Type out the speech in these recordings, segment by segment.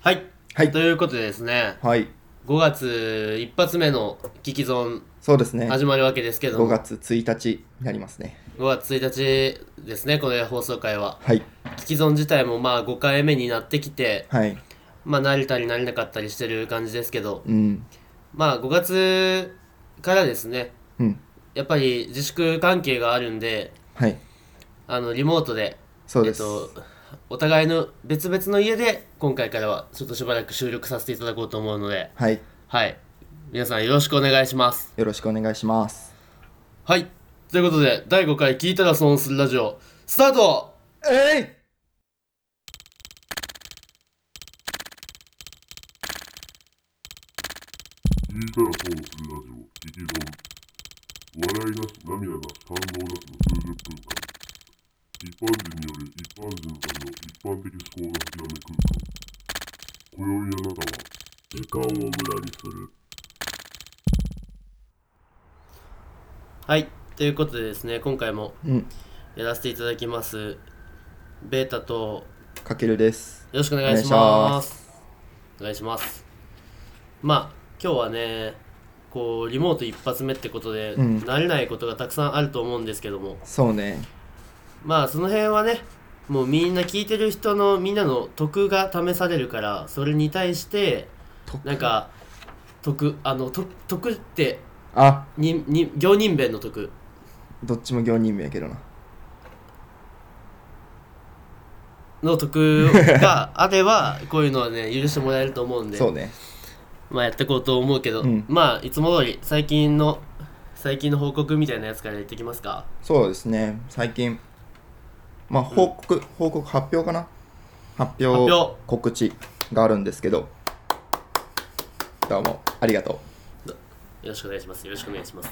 はい、はいということでですねはい。 5月一発目の「キキゾンそうです」ね。始まるわけですけど5も5月1日になりますね。月1日ですねこの放送回ははい。キキゾン自体もまあ5回目になってきてはい。まあ慣れたり慣れなかったりしてる感じですけどうん。まあ5月からですねうん。やっぱり自粛関係があるんではい。あのリモートでそうです。えっと、お互いの別々の家で今回からはちょっとしばらく収録させていただこうと思うのではい。はい皆さんよろしくお願いしますよろしくお願いします。はいということで第5回「聞いたら損するラジオ」スタートえい聞いたら損をするラジオ、劇場。笑いなし、涙なし、感動なしの数十分間。一般人による一般人さんの一般的思考がひらめく空間。今宵あなたは、時間を無駄にする。はいということでですね今回もうん。やらせていただきますベータとかけるです。よろしくお願いしますお願いしますまあ今日はねこうリモート一発目ってことで、うん慣れないことがたくさんあると思うんですけどもそうね。まあその辺はねもうみんな聞いてる人のみんなの得が試されるからそれに対して得なんか得あのと得ってあ、にに行人弁の得どっちも行人名やけどな。の得 があればこういうのはね許してもらえると思うんでそうね。まあやっていこうと思うけど、うんまあいつも通り最近の最近の報告みたいなやつから言ってきますかそうですね。最近、まあ、報告、報告、発表かな発表、発表告知があるんですけど、どうも、ありがとう。よろしくお願いしますよろしくお願いします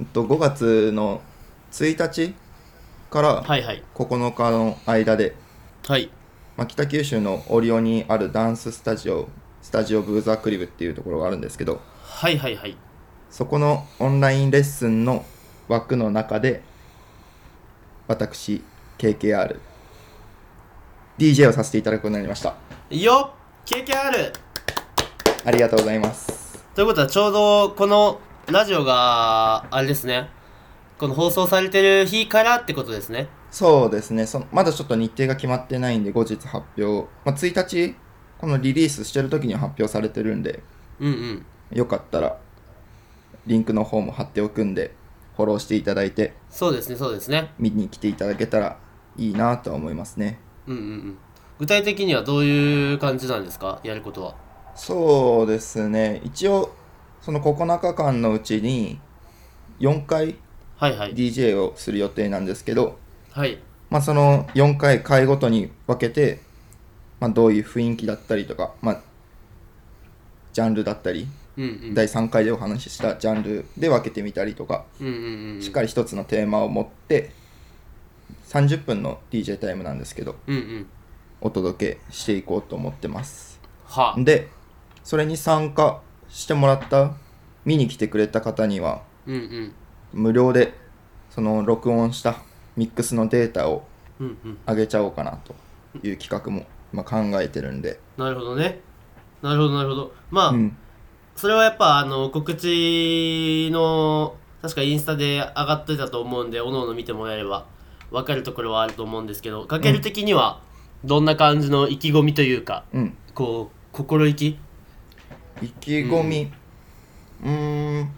えっと、5月の1日からはいはい9日の間で、はいまあ、北九州のオリオンにあるダンススタジオスタジオブーザークリブっていうところがあるんですけどはいはいはいそこのオンラインレッスンの枠の中で私 KKRDJ をさせていただくことになりましたよっ経験あるありがとうございますということはちょうどこのラジオがあれですねこの放送されてる日からってことですねそうですねそまだちょっと日程が決まってないんで後日発表、まあ、1日このリリースしてる時には発表されてるんでうんうんよかったらリンクの方も貼っておくんでフォローしていただいてそうですねそうですね見に来ていただけたらいいなとは思いますねうんうんうん具体的にはどういう感じなんですかやることはそうですね一応その9日間のうちに4回はいはい DJ をする予定なんですけど、はいまあ、その4回回ごとに分けて、まあ、どういう雰囲気だったりとか、まあ、ジャンルだったりうんうん第3回でお話ししたジャンルで分けてみたりとかうんうんうんしっかり一つのテーマを持って30分の DJ タイムなんですけどうんうんお届けしていこうと思ってますはでそれに参加してもらった見に来てくれた方にはうんうん無料でその録音したミックスのデータをうんうん上げちゃおうかなという企画もまあ考えてるんで、なるほどねなるほどなるほどまあ、うん、それはやっぱあの告知の確かインスタで上がってたと思うんでおのおの見てもらえれば分かるところはあると思うんですけどかける的にはどんな感じの意気込みというか、うん、こう心意気意気込みうーん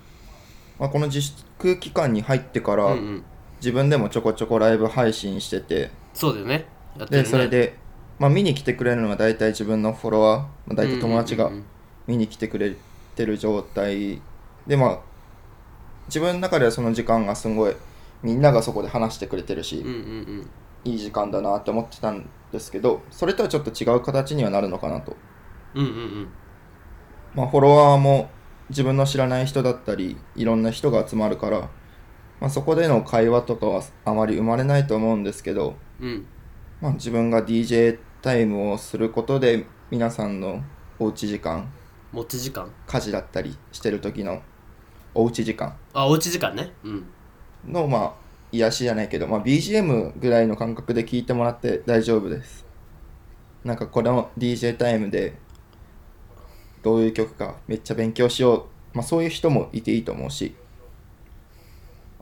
まあ、この自粛期間に入ってから、うんうん自分でもちょこちょこライブ配信しててそうだよねやってるでねそれで、まあ、見に来てくれるのは大体自分のフォロワー、まあ、大体友達がうんうんうん見に来てくれてる状態でまあ自分の中ではその時間がすごいみんながそこで話してくれてるし、うんうんうんいい時間だなって思ってたんですけどそれとはちょっと違う形にはなるのかなと、うんうんうんまあ、フォロワーも自分の知らない人だったりいろんな人が集まるから、まあ、そこでの会話とかはあまり生まれないと思うんですけど、うんまあ、自分が DJ タイムをすることで皆さんのおうち時間持ち時間家事だったりしてる時のおうち時間あおうち時間ねうんのまあ癒しじゃないけど、まあ、BGM ぐらいの感覚で聞いてもらって大丈夫ですなんかこの DJ タイムでどういう曲かめっちゃ勉強しよう、まあ、そういう人もいていいと思うし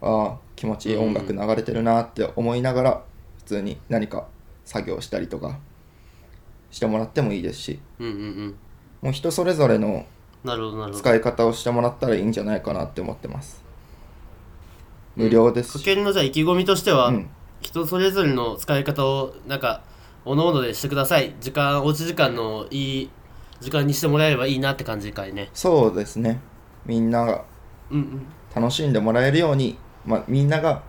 ああ気持ちいい音楽流れてるなって思いながら普通に何か作業したりとかしてもらってもいいですしうんうんうんもう人それぞれのなるほどなるほど使い方をしてもらったらいいんじゃないかなって思ってます無料ですかし、けるのじゃあ意気込みとしては、うん人それぞれの使い方をなんかおのおのでしてください時間おうち時間のいい時間にしてもらえればいいなって感じかいねそうですねみんながうんうん楽しんでもらえるように、まあ、みんなが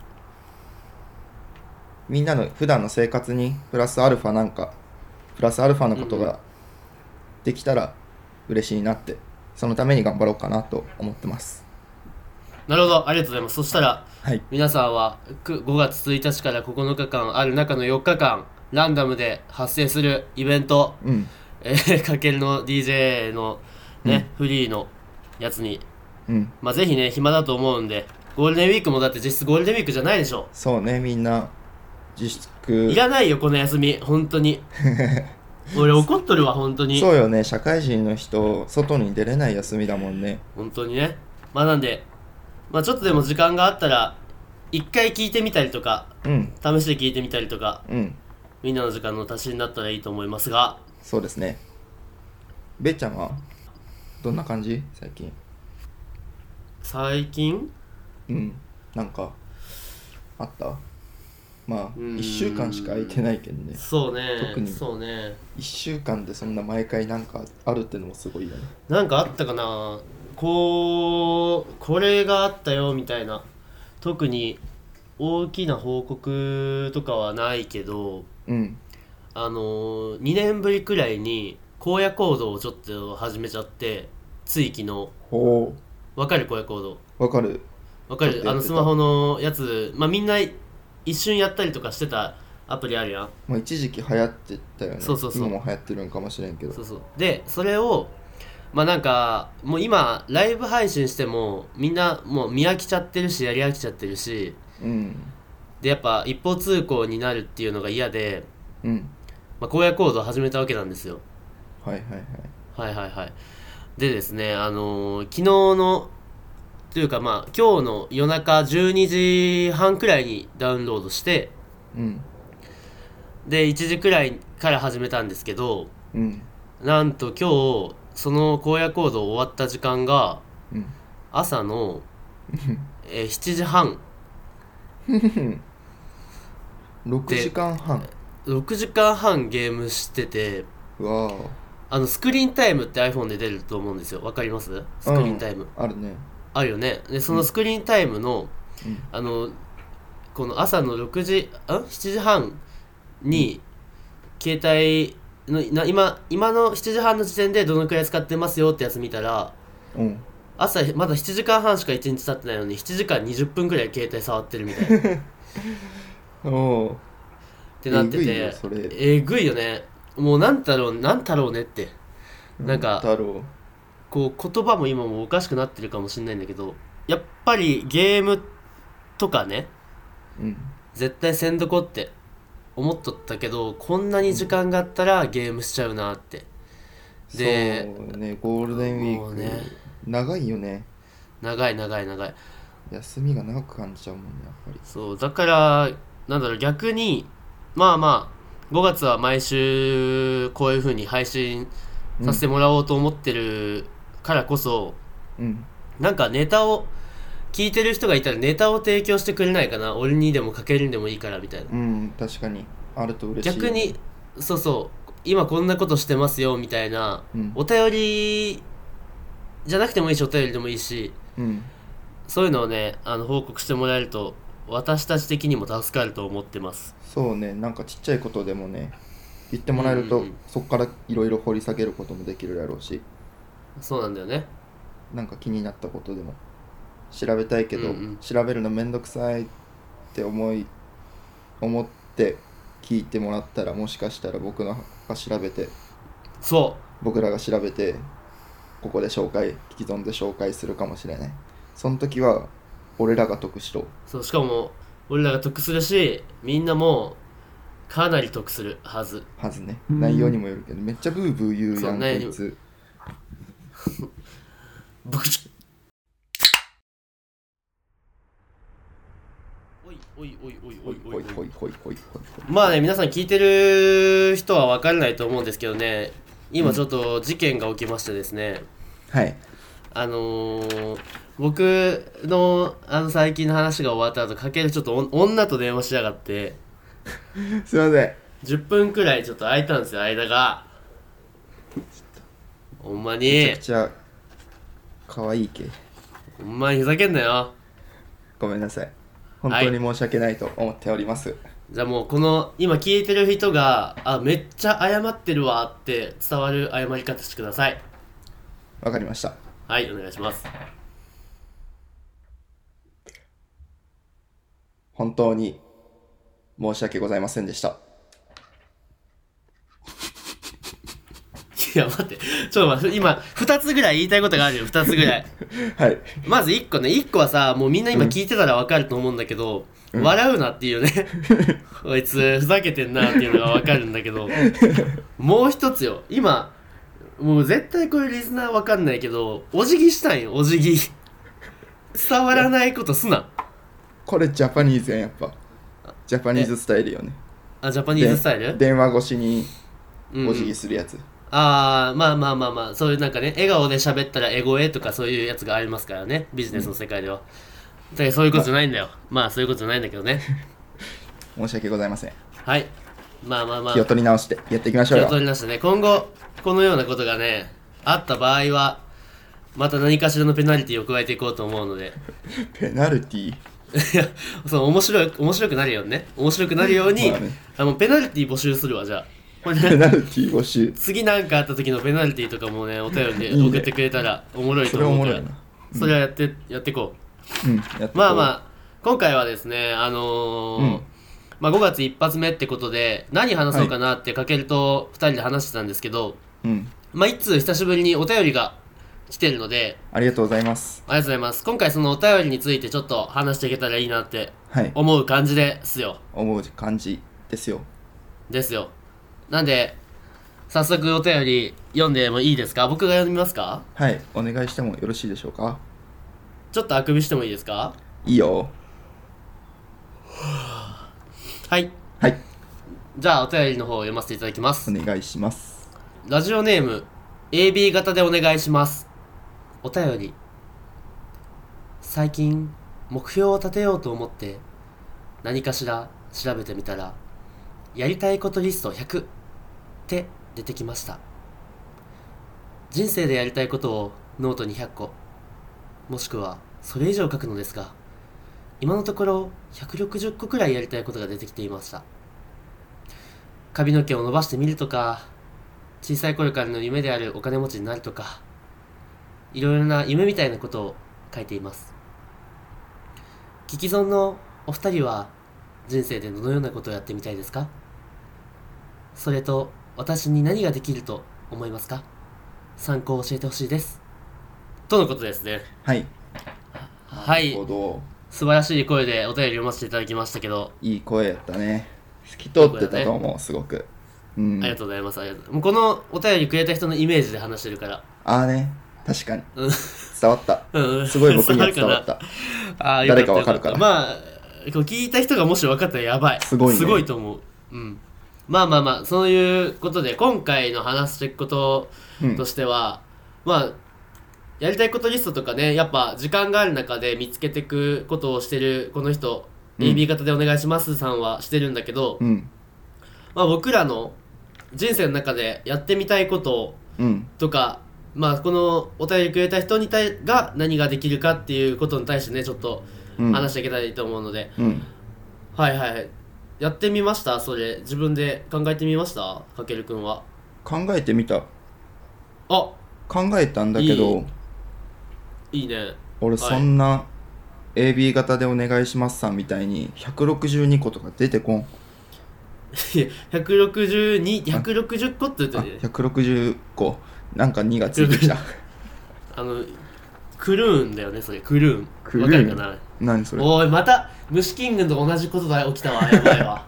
みんなの普段の生活にプラスアルファなんかプラスアルファのことうんうができたら嬉しいなってそのために頑張ろうかなと思ってますなるほどありがとうございますそしたらはい皆さんはく5月1日から9日間ある中の4日間ランダムで発生するイベントうんえー、かけるの DJ のね、フリーのやつに、うんまあ、ぜひね、暇だと思うんで、ゴールデンウィークもだって実質ゴールデンウィークじゃないでしょ。そうねみんな自い粛らないよ、この休み、本当 に。俺怒っとるわ、本当に。そうよね社会人の人外に出れない休みだもんね本当にね。まあなんで、まあちょっとでも時間があったら、一回聞いてみたりとか、うん試して聞いてみたりとか、うんみんなの時間の足しになったらいいと思いますが、そうですねべーちゃんはどんな感じ最近最近うんなんかあったまあうーん1週間しか空いてないけどねそうね特にそうね。 1週間でそんな毎回なんかあるってのもすごいよねなんかあったかなこうこれがあったよみたいな特に大きな報告とかはないけどうんあの2年ぶりくらいに荒野行動をちょっと始めちゃってつい昨日ほわかる荒野行動うわかるわかちょっるとやあのってたスマホのやつまあみんな一瞬やったりとかしてたアプリあるやんもう一時期流行ってたよねそうそうそう今も流行ってるんかもしれんけどそうそうでそれをまあなんかもう今ライブ配信してもみんなもう見飽きちゃってるしやり飽きちゃってるしうんでやっぱ一方通行になるっていうのが嫌で、うんまあ、荒野行動を始めたわけなんですよはいはいはいはいはいはいでですねあのー昨日のというかまあ今日の夜中12時半くらいにダウンロードしてうんで1時くらいから始めたんですけどうんなんと今日その荒野行動終わった時間がうん朝の、えー7時半6時間半6時間半ゲームしててうわーあのスクリーンタイムって iPhone で出ると思うんですよわかりますスクリーンタイム、あるねあるよねでそのスクリーンタイムの、うんあのこの朝の6時あ7時半に携帯のな今今の7時半の時点でどのくらい使ってますよってやつ見たらうん朝まだ7時間半しか1日経ってないのに7時間20分くらい携帯触ってるみたいなっおおてなってえぐいよてそれえぐいよねもうなんだろうなんだろうねってなんかだろうこう言葉も今もおかしくなってるかもしれないんだけどやっぱりゲームとかねうん絶対せんどこって思っとったけどこんなに時間があったらゲームしちゃうなってでそうねゴールデンウィもうーク、ね長いよね長い長い長い休みが長く感じちゃうもんねやっぱりそうだからなんだろう逆にまあまあ5月は毎週こういう風に配信させてもらおうと思ってるからこそ、うんなんかネタを聞いてる人がいたらネタを提供してくれないかな俺にでもかけるんでもいいからみたいなうん確かにあると嬉しい逆にそうそう今こんなことしてますよみたいなうんお便りじゃなくてもいいしお便りでもいいしうんそういうのをねあの報告してもらえると私たち的にも助かると思ってますそうねなんかちっちゃいことでもね言ってもらえると、うんうんそこからいろいろ掘り下げることもできるやろうしそうなんだよねなんか気になったことでも調べたいけうんうど、ん調べるのめんどくさいって思い思って聞いてもらったらもしかしたら僕のが調べてそ僕らが調べてここで紹介既存で紹介するかもしれないその時は俺らが得しろうそうしかも俺らが得するしみんなもかなり得するはずはずね内容にもよるけどめっちゃブーブー言うやそうんねこいつブクチおいおいおいおいおほいいおほいいおほいいほいほいほいほいまあね皆さん聞いてる人は分からないと思うんですけどね今ちょっと事件が起きましてですね、はいあのー、僕のあの最近の話が終わった後かけるちょっとお女と電話しやがってすいません10分くらいちょっと空いたんですよ間がほんまにめっちゃ可愛い系ほんまにふざけんなよごめんなさい本当に申し訳ないと思っております、じゃあもうこの今聞いてる人があめっちゃ謝ってるわって伝わる謝り方してくださいわかりましたはいお願いします 本当に申し訳ございませんでしたいや待ってちょっと待って今2つぐらい言いたいことがあるよ2つぐらい はいまず1個ね1個はさもうみんな今聞いてたら分かると思うんだけど、笑うなっていうねこいつふざけてんなっていうのが分かるんだけ どもう一つよ今もう絶対これリスナー分かんないけどお辞儀したいよお辞儀伝わらないことすなこれジャパニーズやんやっぱジャパニーズスタイルよねあジャパニーズスタイでル電話越しにうんお辞儀するやつ、ああまあまあまあまあそういうなんかね笑顔で喋ったらエゴえとかそういうやつがありますからねビジネスの世界では、だからそういうことじゃないんだよまあそういうことじゃないんだけどね申し訳ございませんはいまあまあまあ気を取り直してやっていきましょう気をよ取りましたね今後このようなことがねあった場合はまた何かしらのペナルティを加えていこうと思うのでペナルティーいやその面白い面白くなるようにね面白くなるように、まあねあのペナルティ募集するわじゃあこれねペナルティー募 集次なんかあった時のペナルティとかもねお便りでいいね送ってくれたらおもろいと思うからそれおもろいそれなはやってやっていこうんやってうこうまあまあ今回はですねあのーうんまあ、5月一発目ってことで何話そうかなってかけると2人で話してたんですけど、うんまあ、一通久しぶりにお便りが来てるので、ありがとうございますありがとうございます。今回そのお便りについてちょっと話していけたらいいなってはい思う感じですよ。思う感じですよですよ。なんで、早速お便り読んでもいいですか僕が読みますかはいお願いしてもよろしいでしょうかちょっとあくびしてもいいですかいいよはい。はいじゃあお便りの方を読ませていただきますお。願いしますラジオネーム AB 型でお願いしますお便り最近目標を立てようと思って何かしら調べてみたらやりたいことリスト100って出てきました人生でやりたいことをノートに100個もしくはそれ以上書くのですが今のところ160個くらいやりたいことが出てきていました髪の毛を伸ばしてみるとか小さい頃からの夢であるお金持ちになるとかいろいろな夢みたいなことを書いています聞き損のお二人は人生でどのようなことをやってみたいですかそれと私に何ができると思いますか参考を教えてほしいですとのことですねはいはいなるほど素晴らしい声でお便り読ませていただきましたけど、いい声やったね透き通ってたと思うすごくうんありがとうございますありがとうもうこのお便りくれた人のイメージで話してるからああね確かにうん伝わったうんうんすごい僕に は伝わったああ、よ誰かったわかるよからったまあ、こう聞いた人がもし分かったらやばい。すごいねすごいと思う。うん。まあまあまあ、そういうことで、今回の話していくことうんとしては、まあ、やりたいことリストとかね、やっぱ時間がある中で見つけていくことをしてるこの人、うん AB 型でお願いしますさんはしてるんだけど、うんまあ僕らの人生の中でやってみたいことをうんとか、まあ、このお便りくれた人に対が何ができるかっていうことに対してねちょっとうん話していけたらいいと思うので、うんはいはいはいやってみましたそれ自分で考えてみましたかけるくんは考えてみたあ考えたんだけどいいいいね は俺いそんな、AB 型でお願いしますさんみたいに162個とか出てこんいや162160個って言ってあたね160個なんか2がついてきたあのクルーンだよねそれクルークンルわーンかるかな 何それおいまた虫キングと同じことが起きたわやばい わ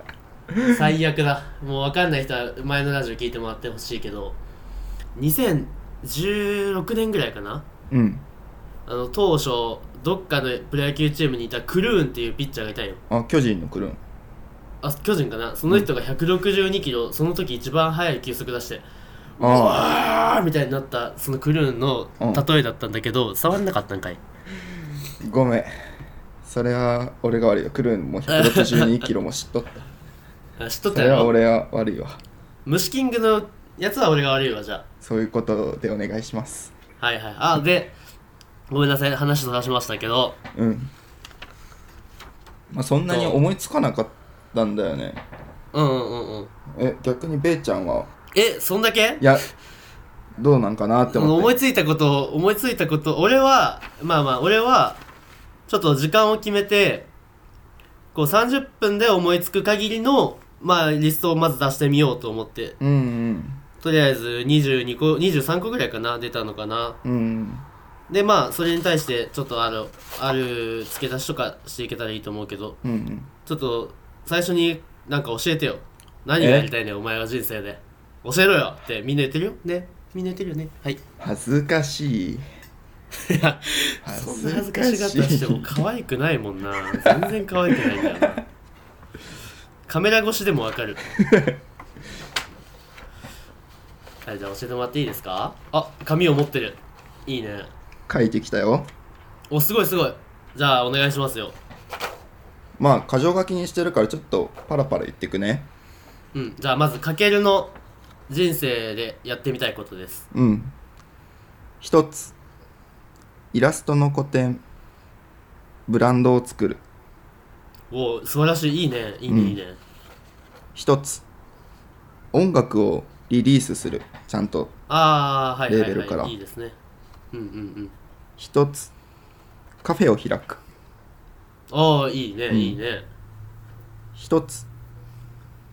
最悪だもう分かんない人は前のラジオ聞いてもらってほしいけど2018 16年ぐらいかなうんあの当初どっかのプロ野球チームにいたクルーンっていうピッチャーがいたんよあ巨人のクルーンあ巨人かなその人が162キロ、その時一番速い球速出してあああーみたいになったそのクルーンの例えだったんだけど、触んなかったんかいごめんそれは俺が悪いよクルーンも162キロも知っとったあ知っとっそたれはよ俺は悪いわ虫キングのやつは俺が悪いわじゃそういうことでお願いしますあはいはいあでごめんなさい話そらしましたけどうん、まあ、そんなに思いつかなかったんだよねうんうんうんうんえ逆にベイちゃんはえそんだけいやどうなんかなってその思っ思ていついたことを思いついたこと俺はまあまあ俺はちょっと時間を決めてこう30分で思いつく限りのまあリストをまず出してみようと思ってうんとりあえず22個23個ぐらいかな出たのかなうんうんでまあそれに対してちょっとあるある付け足しとかしていけたらいいと思うけどうんうんちょっと最初になんか教えてよ何がやりたいねんお前は人生で教えろよってみんな言ってるよねみんな言ってるよねはい恥ずかしいいやそんな恥ずかしがったとしても可愛くないもんな全然可愛くないんだよなカメラ越しでもわかるはいじゃあ教えてもらっていいですかあ紙を持ってるいいね書いてきたよおすごいすごいじゃあお願いしますよまあ箇条書きにしてるからちょっとパラパラ言ってくねうんじゃあまずかけるの人生でやってみたいことですうん一つイラストの個展ブランドを作るおお素晴らしいいいねいいね、うんいいね一つ音楽をリリースするちゃんとああはいはいはいレーベルからいいですねうんうんうん一つカフェを開くああいいね、んいいね一つ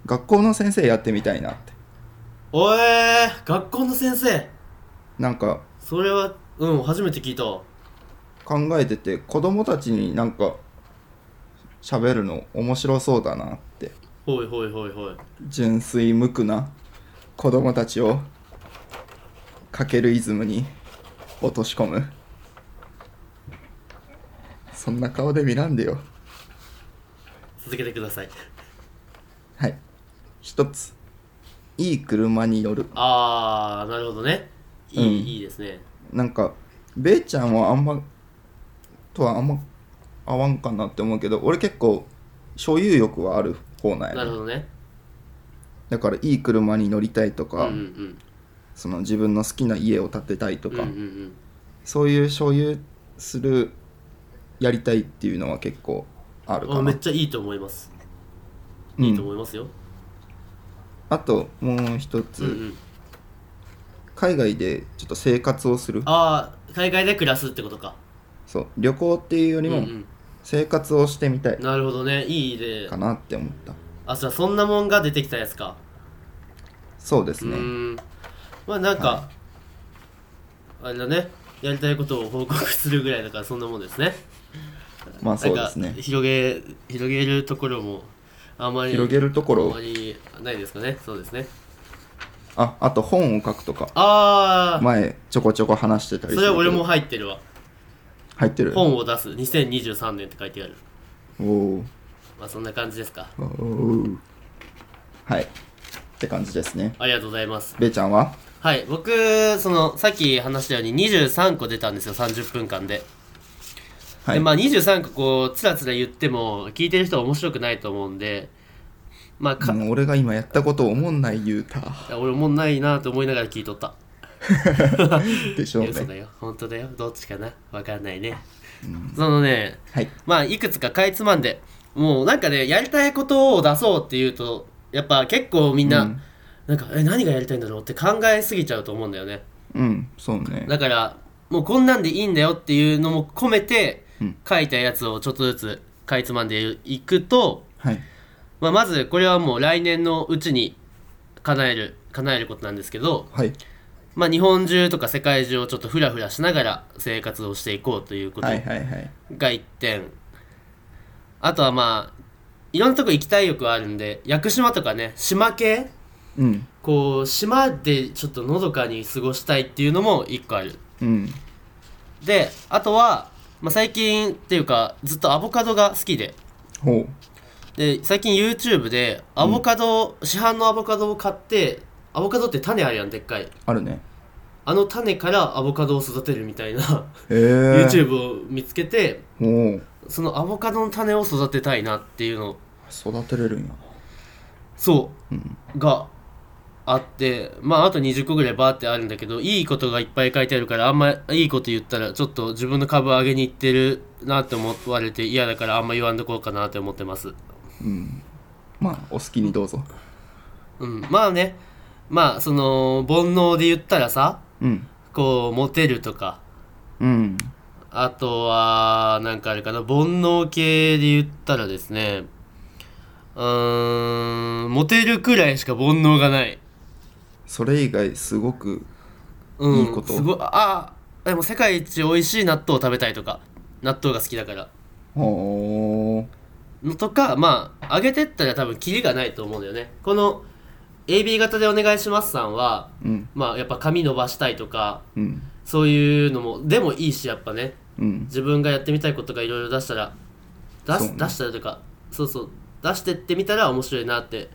学校の先生やってみたいなっておえー、学校の先生なんかそれはうん初めて聞いたわ考えてて子供たちになんか喋るの面白そうだなってほいほいほいほい純粋無垢な子供たちをかけるイズムに落とし込むそんな顔で見らんでよ続けてくださいはい一ついい車に乗るああなるほどねいい、うんいいですねなんかべイちゃんはあんまとはあんま合わんかなって思うけど俺結構所有欲はある方なんなや、るね、ほどねだからいい車に乗りたいとうんか、うんうんその自分の好きな家を建てたいとうんうか、んうんそういう所有するやりたいっていうのは結構あるかあめっなちゃいいと思いますうんいいと思いますよ、あともう一つ、うんうん、海外でちょっと生活をするああ海外で暮らすってことかそう旅行っていうようりんうもん生活をしてみたいなるほどねいいでかなって思った、あじゃあそんなもんが出てきたやつかそうですうね、ーんまあなんか、はあれだねやりたいことを報告するぐらいだからそんなもんですねまあそうですなんねか広げ広げるところもあまり広げるところあまりないですかねそうですねああと本を書くとかああ、前ちょこちょこ話してたりそするれけはど俺も入ってるわ入ってる本を出す2023年って書いてあるおーまあそんな感じですかおーはいって感じですねありがとうございますべーちゃんははい僕そのさっき話したように23個出たんですよ30分間ではいでまあ、23個こうつらつら言っても聞いてる人は面白くないと思うんで、まあかもう俺が今やったことを思んない言うた俺もんないなと思いながら聞いとった。でしょういや嘘ねだよ本当だよどっちかなわかんないね、そのねはいまあいくつかかいつまんでもうなんかねやりたいことを出そうっていうとやっぱ結構みんな、うんなんかえ何がやりたいんだろうって考えすぎちゃうと思うんだよねうんそうねだからもうこんなんでいいんだよっていうのも込めて、うん書いたやつをちょっとずつかいつまんでいくとはいまあ、まずこれはもう来年のうちに叶える叶えることなんですけど、はいまあ、日本中とか世界中をちょっとフラフラしながら生活をしていこうということはいはいはいが一点、あとはまあいろんなとこ行きたい欲はあるんで屋久島とかね島系うんこう島でちょっとのどかに過ごしたいっていうのも一個あるうんであとは、まあ、最近っていうかずっとアボカドが好きでほで最近 YouTube でアボカドを、市販のアボカドを買ってアボカドって種あるやんでっかいあるねあの種からアボカドを育てるみたいな、 へえ YouTube を見つけてほうそのアボカドの種を育てたいなっていうの育てれるんやそう、うんがあってまああと20個ぐらいバーってあるんだけどいいことがいっぱい書いてあるからあんまいいこと言ったらちょっと自分の株上げにいってるなって思われて嫌だからあんま言わんとこうかなって思ってますうんまあお好きにどうぞうんまあねまあその煩悩で言ったらさうんこうモテるとかうんあとは、なんかあれかな、煩悩系で言ったらですね、うーん、モテるくらいしか煩悩がない。それ以外すごくうん、いいことすごい、あ、でも世界一美味しい納豆を食べたいとか、納豆が好きだから。ほのとか、まあ、上げてったら多分キリがないと思うんだよね。この、AB 型でお願いしますさんは、ううんまあ、やっぱ髪伸ばしたいとか、うんそういうのも、でもいいし、やっぱね。うん自分がやってみたいことがいろいろ出したら出そうす、ね出したらというかそうそう出してってみたら面白いなって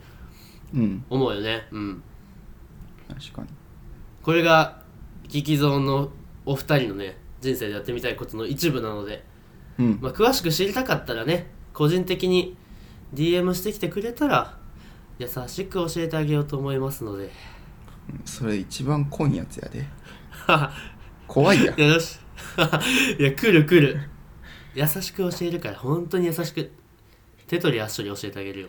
うん思うよねうん確かにこれがキキゾンのお二人のね人生でやってみたいことの一部なので、うんまあ、詳しく知りたかったらね個人的に DM してきてくれたら優しく教えてあげようと思いますのでそれ一番濃いやつ やで怖いやいやよし いや来る来る優しく教えるから本当に優しく手取り足取り教えてあげるよ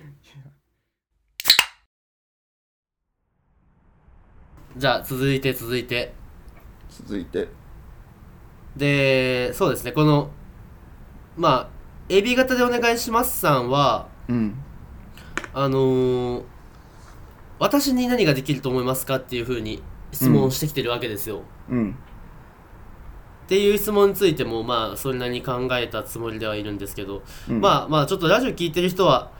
じゃあ続いて続いて続いてでそうですねこのまあ AB 型でお願いしますさんはうんあのー私に何ができると思いますかっていうふうに質問をしてきてるわけですよ、うんっていう質問についてもまあそれなりに考えたつもりではいるんですけど、うんまあまあちょっとラジオ聞いてる人は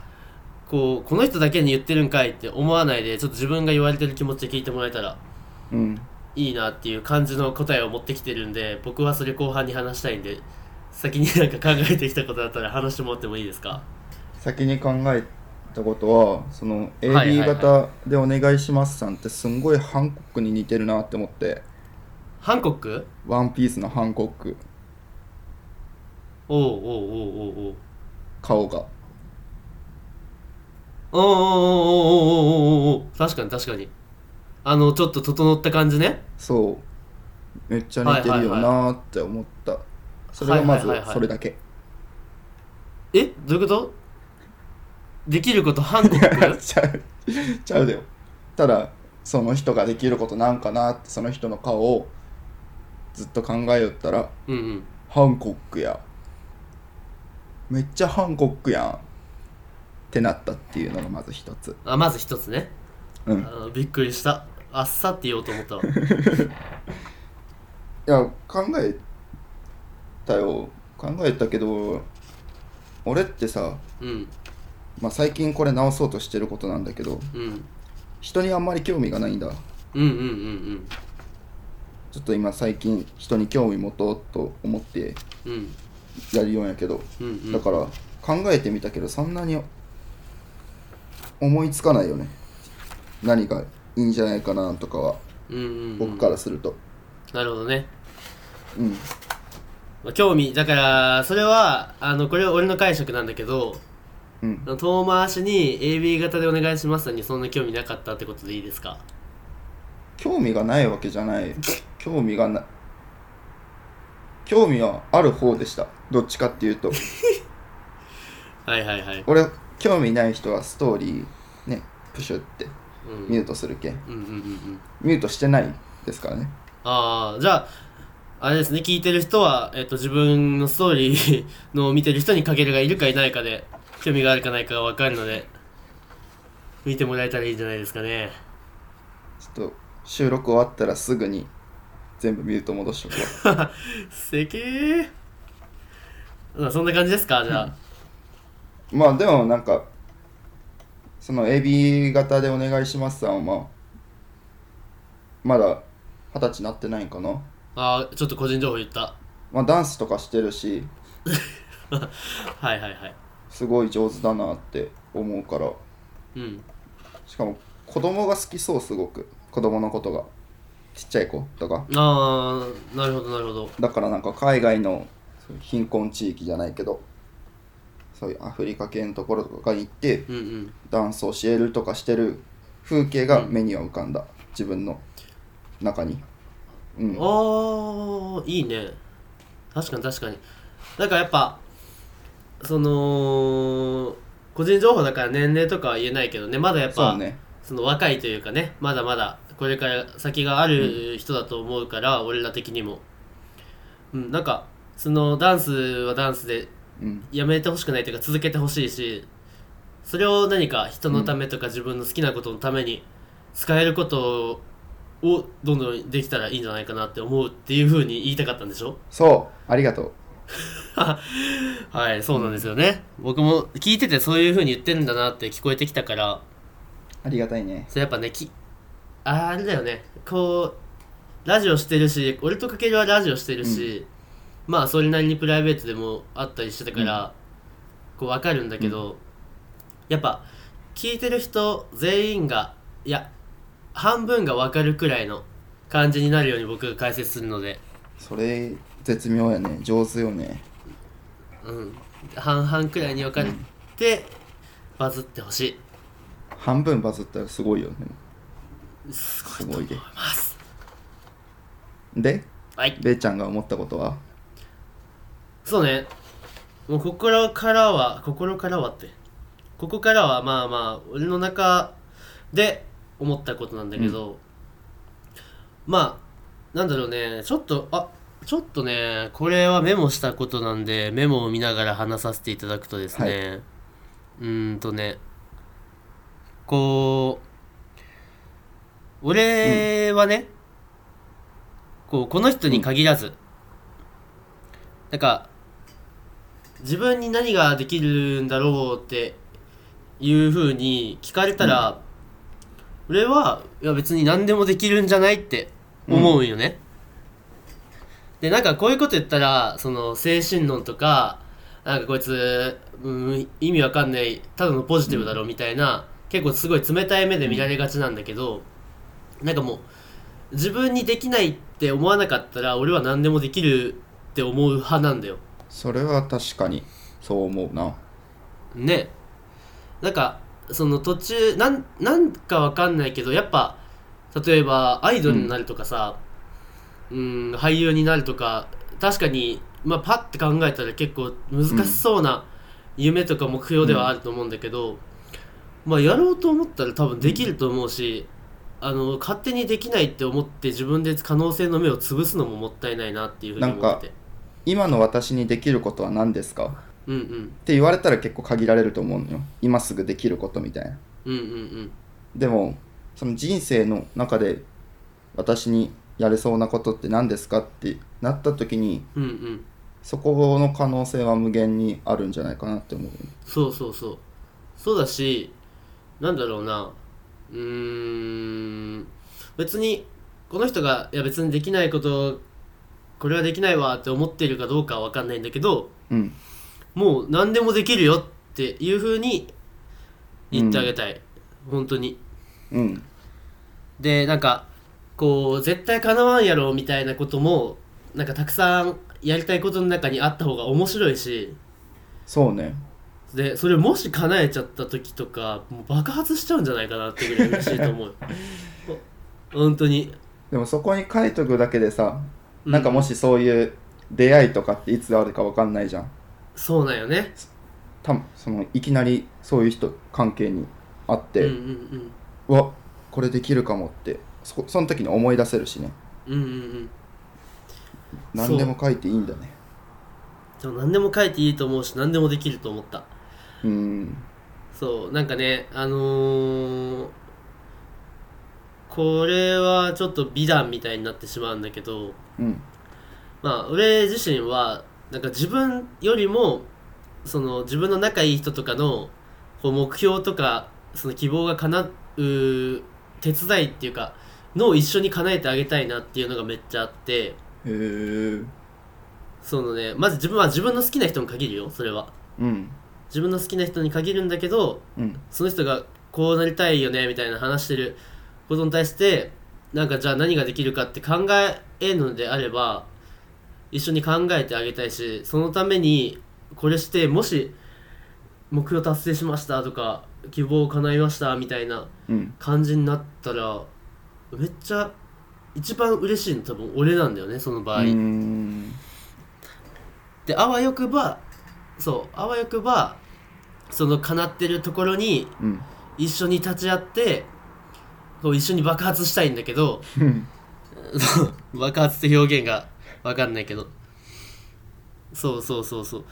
こうこの人だけに言ってるんかいって思わないでちょっと自分が言われてる気持ちで聞いてもらえたらうんいいなっていう感じの答えを持ってきてるんで僕はそれ後半に話したいんで先になんか考えてきたことだったら話してもらってもいいですか先に考えたことはそのはい AB 型でお願いしますさんってすんごいハンコックに似てるなって思ってハンコックワンピースのハンコックおうおうおうおうおう顔がおうおうおうおうおうおうおうおう確かに確かにあのちょっと整った感じねそうめっちゃ似てるよなって思った、それがまずはいはいはいはいそれだけ、えどういうことできることハンコック ちゃうちゃうだよただその人ができることなんかなってその人の顔をずっと考えよったらうんうんハンコックやめっちゃハンコックやんってなったっていうのがまず一つあまず一つねうんあのびっくりしたあっさって言おうと思ったわいや考えたよ考えたけど俺ってさ、うんまあ、最近これ直そうとしてることなんだけどうんうん人にあんまり興味がないんだうんうんうんちょっと今最近人に興味持とうと思ってうんうんやるようやけどうんうんだから考えてみたけどそんなに思いつかないよね何がいいんじゃないかなとかはうんうんうん僕からするとなるほどねうんまあ興味だからそれはあのこれは俺の解釈なんだけどうん遠回しに AB 型でお願いしますにそんな興味なかったってことでいいですか興味がないわけじゃない興味がない興味はある方でしたどっちかっていうとはいはいはい俺興味ない人はストーリーねプシュってうんミュートするけんうんうんうんうんミュートしてないですからねああじゃああれですね聞いてる人は、えっと、自分のストーリーのを見てる人にかけるがいるかいないかで興味があるかないかが分かるので見てもらえたらいいんじゃないですかね ちょっと収録終わったらすぐに全部ミュート戻しとくわすてーまあそんな感じですかじゃあ、まあでもなんかその AB 型でお願いしますさんは、まあ、まだ二十歳なってないんかな。あーちょっと個人情報言ったまあ、ダンスとかしてるし、はいはいはいすごい上手だなって思うから、うんしかも子供が好きそう、すごく。子供のことが。ちっちゃい子とか。ああなるほどなるほどだからなんか海外のそういう貧困地域じゃないけど、そういうアフリカ系のところとかに行って、うんうんダンスを教えるとかしてる風景が目には浮かんだ、自分の中に、うん、ああいいね確かに確かになんかやっぱその個人情報だから年齢とかは言えないけどねまだやっぱそうねその若いというかねまだまだこれから先がある人だと思うから、俺ら的にもうんなんかそのダンスはダンスでうんやめてほしくないというか続けてほしいしそれを何か人のためとか自分の好きなことのために使えることをどんどんできたらいいんじゃないかなって思うっていうふうに言いたかったんでしょ そうありがとうはいそうなんですよね、僕も聞いててそういうふうに言ってるんだなって聞こえてきたからありがたいねそれやっぱねきああれだよねこうラジオしてるし俺とかけるはラジオしてるし、まあそれなりにプライベートでもあったりしてたから、こう分かるんだけど、やっぱ聞いてる人全員がいや半分が分かるくらいの感じになるように僕が解説するので、それ絶妙やね上手よねうん、半々くらいに分かれて、バズってほしい半分バズったらすごいよねすごいすごいでますではいれいちゃんが思ったことはそうね。もう心からは、心からはって。ここからはまあまあ、俺の中で思ったことなんだけど、まあ、なんだろうね、ちょっと、あちょっとね、これはメモしたことなんで、メモを見ながら話させていただくとですね、はいうーんとね、こう、俺はね、こうこの人に限らず、なんか自分に何ができるんだろうっていうふうに聞かれたら、俺はいや別に何でもできるんじゃないって思うよね、でなんかこういうこと言ったらその精神論とかなんかこいつ、うん、意味わかんないただのポジティブだろみたいな、結構すごい冷たい目で見られがちなんだけど、なんかもう自分にできないって思わなかったら俺は何でもできるって思う派なんだよそれは確かにそう思うなねなんかその途中なんなんかわかんないけどやっぱ例えばアイドルになるとかさ、うん、俳優になるとか確かに、まあ、パッて考えたら結構難しそうな夢とか目標ではあると思うんだけど、まあやろうと思ったら多分できると思うし、あの勝手にできないって思って自分で可能性の目を潰すのももったいないなっていうふうに思ってて。今の私にできることは何ですかっうんうんて言われたら結構限られると思うのよ今すぐできることみたいなうんうんうんでもその人生の中で私にやれそうなことって何ですかってなった時にうんうんそこの可能性は無限にあるんじゃないかなって思うそうそうそうそうだしなんだろうなうーん別にこの人がいや別にできないことこれはできないわって思っているかどうかは分かんないんだけどうんもう何でもできるよっていうふうに言ってあげたい、本当にうんでなんかこう絶対かなわんやろみたいなこともなんかたくさんやりたいことの中にあった方が面白いしそうねでそれもし叶えちゃった時とかもう爆発しちゃうんじゃないかなってぐらい嬉しいと思う ほ本当にでもそこに書いとくだけでさうんなんかもしそういう出会いとかっていつあるか分かんないじゃんそうなんよねたそのいきなりそういう人関係にあっうんて、ううんわこれできるかもってそその時に思い出せるしねうんうんうんうん何でも書いていいんだねでも何でも書いていいと思うし何でもできると思ったうんそうなんかねあのーこれはちょっと美談みたいになってしまうんだけどうんまあ俺自身はなんか自分よりもその自分の仲いい人とかのこう目標とかその希望が叶う手伝いっていうかのを一緒に叶えてあげたいなっていうのがめっちゃあってへえそのねまず自分は自分の好きな人に限るよそれはうん自分の好きな人に限るんだけどうんその人がこうなりたいよねみたいな話してることに対してなんかじゃあ何ができるかって考えるのであれば一緒に考えてあげたいしそのためにこれしてもし目標達成しましたとか希望を叶いましたみたいなうん感じになったらめっちゃ一番嬉しいの多分俺なんだよねその場合。うーんであわよくばそうあわよくばその叶ってるところにうん一緒に立ち会ってこう一緒に爆発したいんだけど 爆発って表現が分かんないけどそうそうそうそう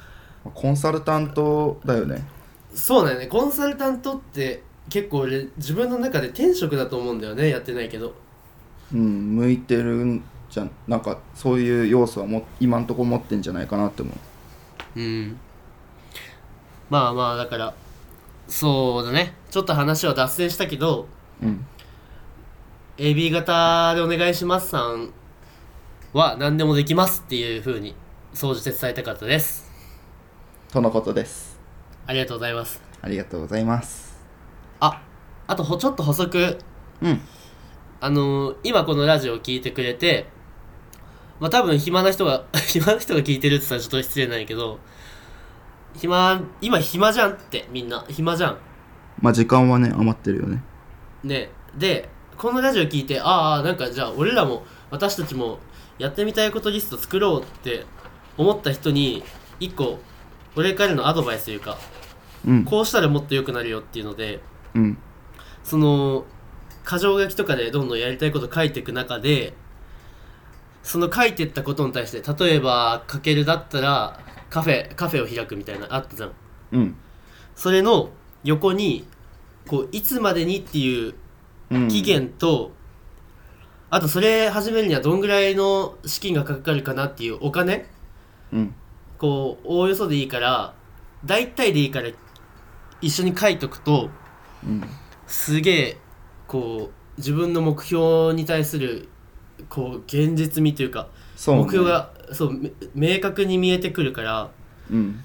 コンサルタントだよねそうだよねコンサルタントって結構俺自分の中で天職だと思うんだよねやってないけどうん向いてるんじゃなんかそういう要素はも今んとこ持ってんじゃないかなって思ううんまあまあだからそうだねちょっと話は脱線したけどうん、 AB 型でお願いしますさんは何でもできますっていう風に総じて伝えたかったですとのことですありがとうございますありがとうございますああとほちょっと補足うんあのー今このラジオを聞いてくれてまあ多分暇な人が 暇な人が聞いてるって言ったらちょっと失礼なんやけど暇今暇じゃんってみんな暇じゃんまあ時間はね余ってるよねねでこのラジオ聞いてああなんかじゃあ俺らも私たちもやってみたいことリスト作ろうって思った人に一個俺からのアドバイスというかうんこうしたらもっと良くなるよっていうのでうんその箇条書きとかでどんどんやりたいこと書いていく中でその書いてったことに対して例えばかけるだったらカフェカフェを開くみたいなあったじゃんうんそれの横にこういつまでにっていううん期限と、あとそれ始めるにはどんぐらいの資金がかかるかなっていうお金うんこうおおよそでいいから大体でいいから一緒に書いとくとうんすげえこう自分の目標に対するこう現実味というかそう、ね、目標がそうめ明確に見えてくるからうん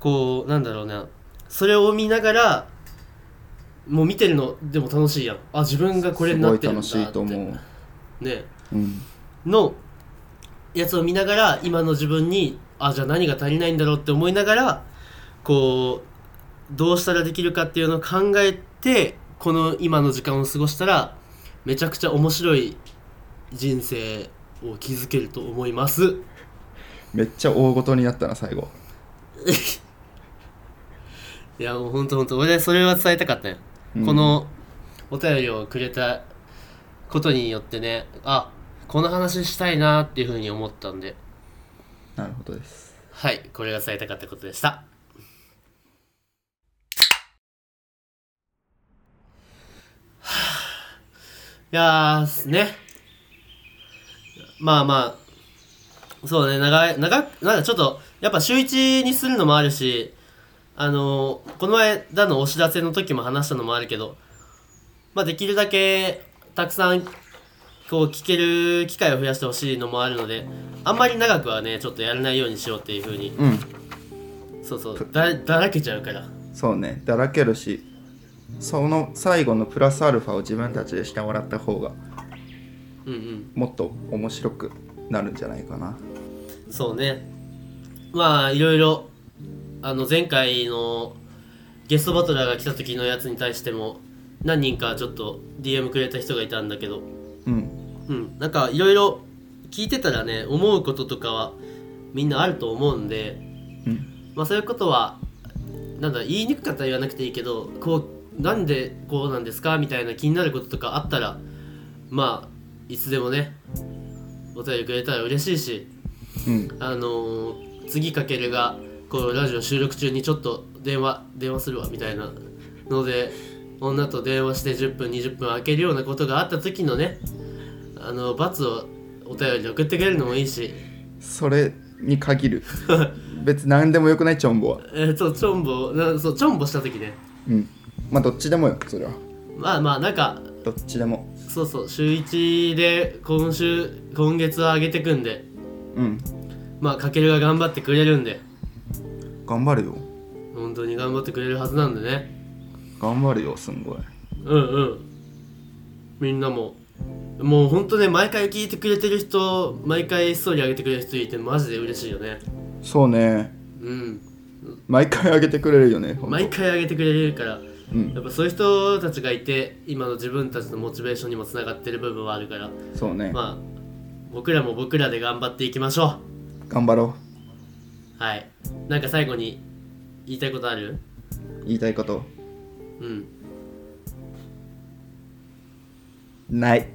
こうなんだろうなそれを見ながらもう見てるのでも楽しいやんあ自分がこれになってるんだってすごい楽しいと思うねうんのやつを見ながら今の自分にあじゃあ何が足りないんだろうって思いながらこうどうしたらできるかっていうのを考えてこの今の時間を過ごしたらめちゃくちゃ面白い人生を築けると思いますめっちゃ大ごとになったな最後いやもうほんとほんと俺それは伝えたかったよ、うんこのお便りをくれたことによってねあこの話したいなっていうふうに思ったんでなるほどですはいこれが伝えたかったことでした いやーすねまあまあそうね長い長くなんかちょっとやっぱ週1にするのもあるしあのーこの間のお知らせの時も話したのもあるけどまあできるだけたくさんこう聞ける機会を増やしてほしいのもあるのであんまり長くはねちょっとやらないようにしようっていうふうにうんそうそうだだらけちゃうからそうねだらけるしその最後のプラスアルファを自分たちでしてもらった方がうんうんもっと面白くなるんじゃないかなそうねまあいろいろあの前回のゲストバトラーが来た時のやつに対しても何人かちょっと DM くれた人がいたんだけどうんうんなんかいろいろ聞いてたらね思うこととかはみんなあると思うんでうんまあそういうことはなんだ言いにくかったら言わなくていいけどこうなんでこうなんですかみたいな気になることとかあったらまあいつでもねお便りくれたら嬉しいしうんあのー次かけるがこうラジオ収録中にちょっと電話電話するわみたいなので女と電話して10分20分空けるようなことがあった時のねあの罰をお便りで送ってくれるのもいいしそれに 限る別に何でもよくないチョンボはえー、そうチョンボなそうチョンボした時ねうんまあどっちでもよそれはまあまあなんかどっちでもそうそう週1で今週今月は上げてくんでうんまあかけるが頑張ってくれるんで頑張るよ本当に頑張ってくれるはずなんでね頑張るよすんごいうんうんみんなももう本当ね毎回聞いてくれてる人毎回ストーリー上げてくれる人いてマジで嬉しいよねそうねうん毎回あげてくれるよねほんと毎回上げてくれるからうんやっぱそういう人たちがいて今の自分たちのモチベーションにもつながってる部分はあるからそうねまあ僕らも僕らで頑張っていきましょ頑張ろうはいなんか最後に言いたいことあるう言いたいことうんない